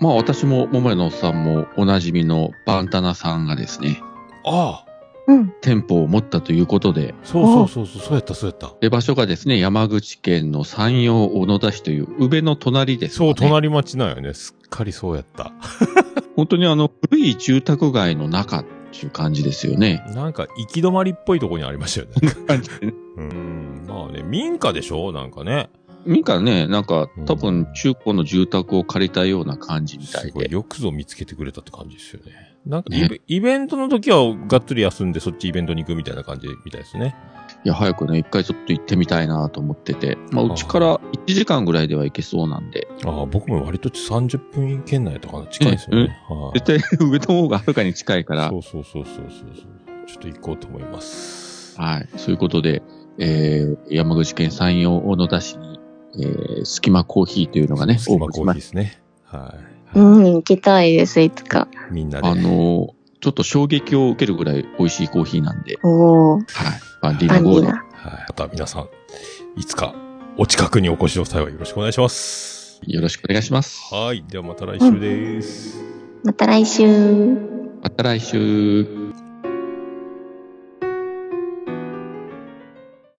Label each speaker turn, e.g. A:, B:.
A: まあ私も桃屋のおっさんもおなじみのバンタナさんがですね、
B: ああ、
C: うん。
A: 店舗を持ったということで、
B: そうそうそうそう、そうやった、そうやった。
A: で場所がですね、山口県の山陽小野田市という宇部の隣です、ね。
B: そう、。隣町なんよね。すっかりそうやった。
A: 本当にあの古い住宅街の中っていう感じですよ ね。
B: なんか、行き止まりっぽいとこにありましたよね。
A: 感じでね
B: うん、まあね、民家でしょなんかね。
A: 民家ね、なんか多分中古の住宅を借りたような感じみた
B: す
A: い
B: ごい、
A: で。
B: よくぞ見つけてくれたって感じですよね。なんかイベ、
A: ね
B: イベントの時はがっつり休んで、そっちイベントに行くみたいな感じみたいですね。
A: いや、早くね、一回ちょっと行ってみたいなと思ってて。まあうちから1時間ぐらいでは行けそうなんで。
B: ああ、僕も割と30分圏内とかな近いですよね。はい
A: 絶対 上の方がはるかに近いから
B: そ、うそうそうそうそう。ちょっと行こうと思います。
A: はい。そういうことで、えー、山口県山陽大野田市に、えー、隙間コーヒーというのがね、
B: スキマコーヒー
A: ヒ
B: ですね。はい。は
C: うん、行きたいです、いつか。
B: い、みんなで。
A: あのーちょっと衝撃を受けるぐらい美味しいコーヒーなんで、
C: おー、
A: はい。バンディー
C: バ
A: ナ
C: ンデ
A: ゴー
C: ィー
A: ル。
C: ナ。
B: はい。また皆さん、いつかお近くにお越しの際はよろしくお願いします。
A: よろしくお願いします。
B: はい。ではまた来週です。
C: また来週。
A: また来週。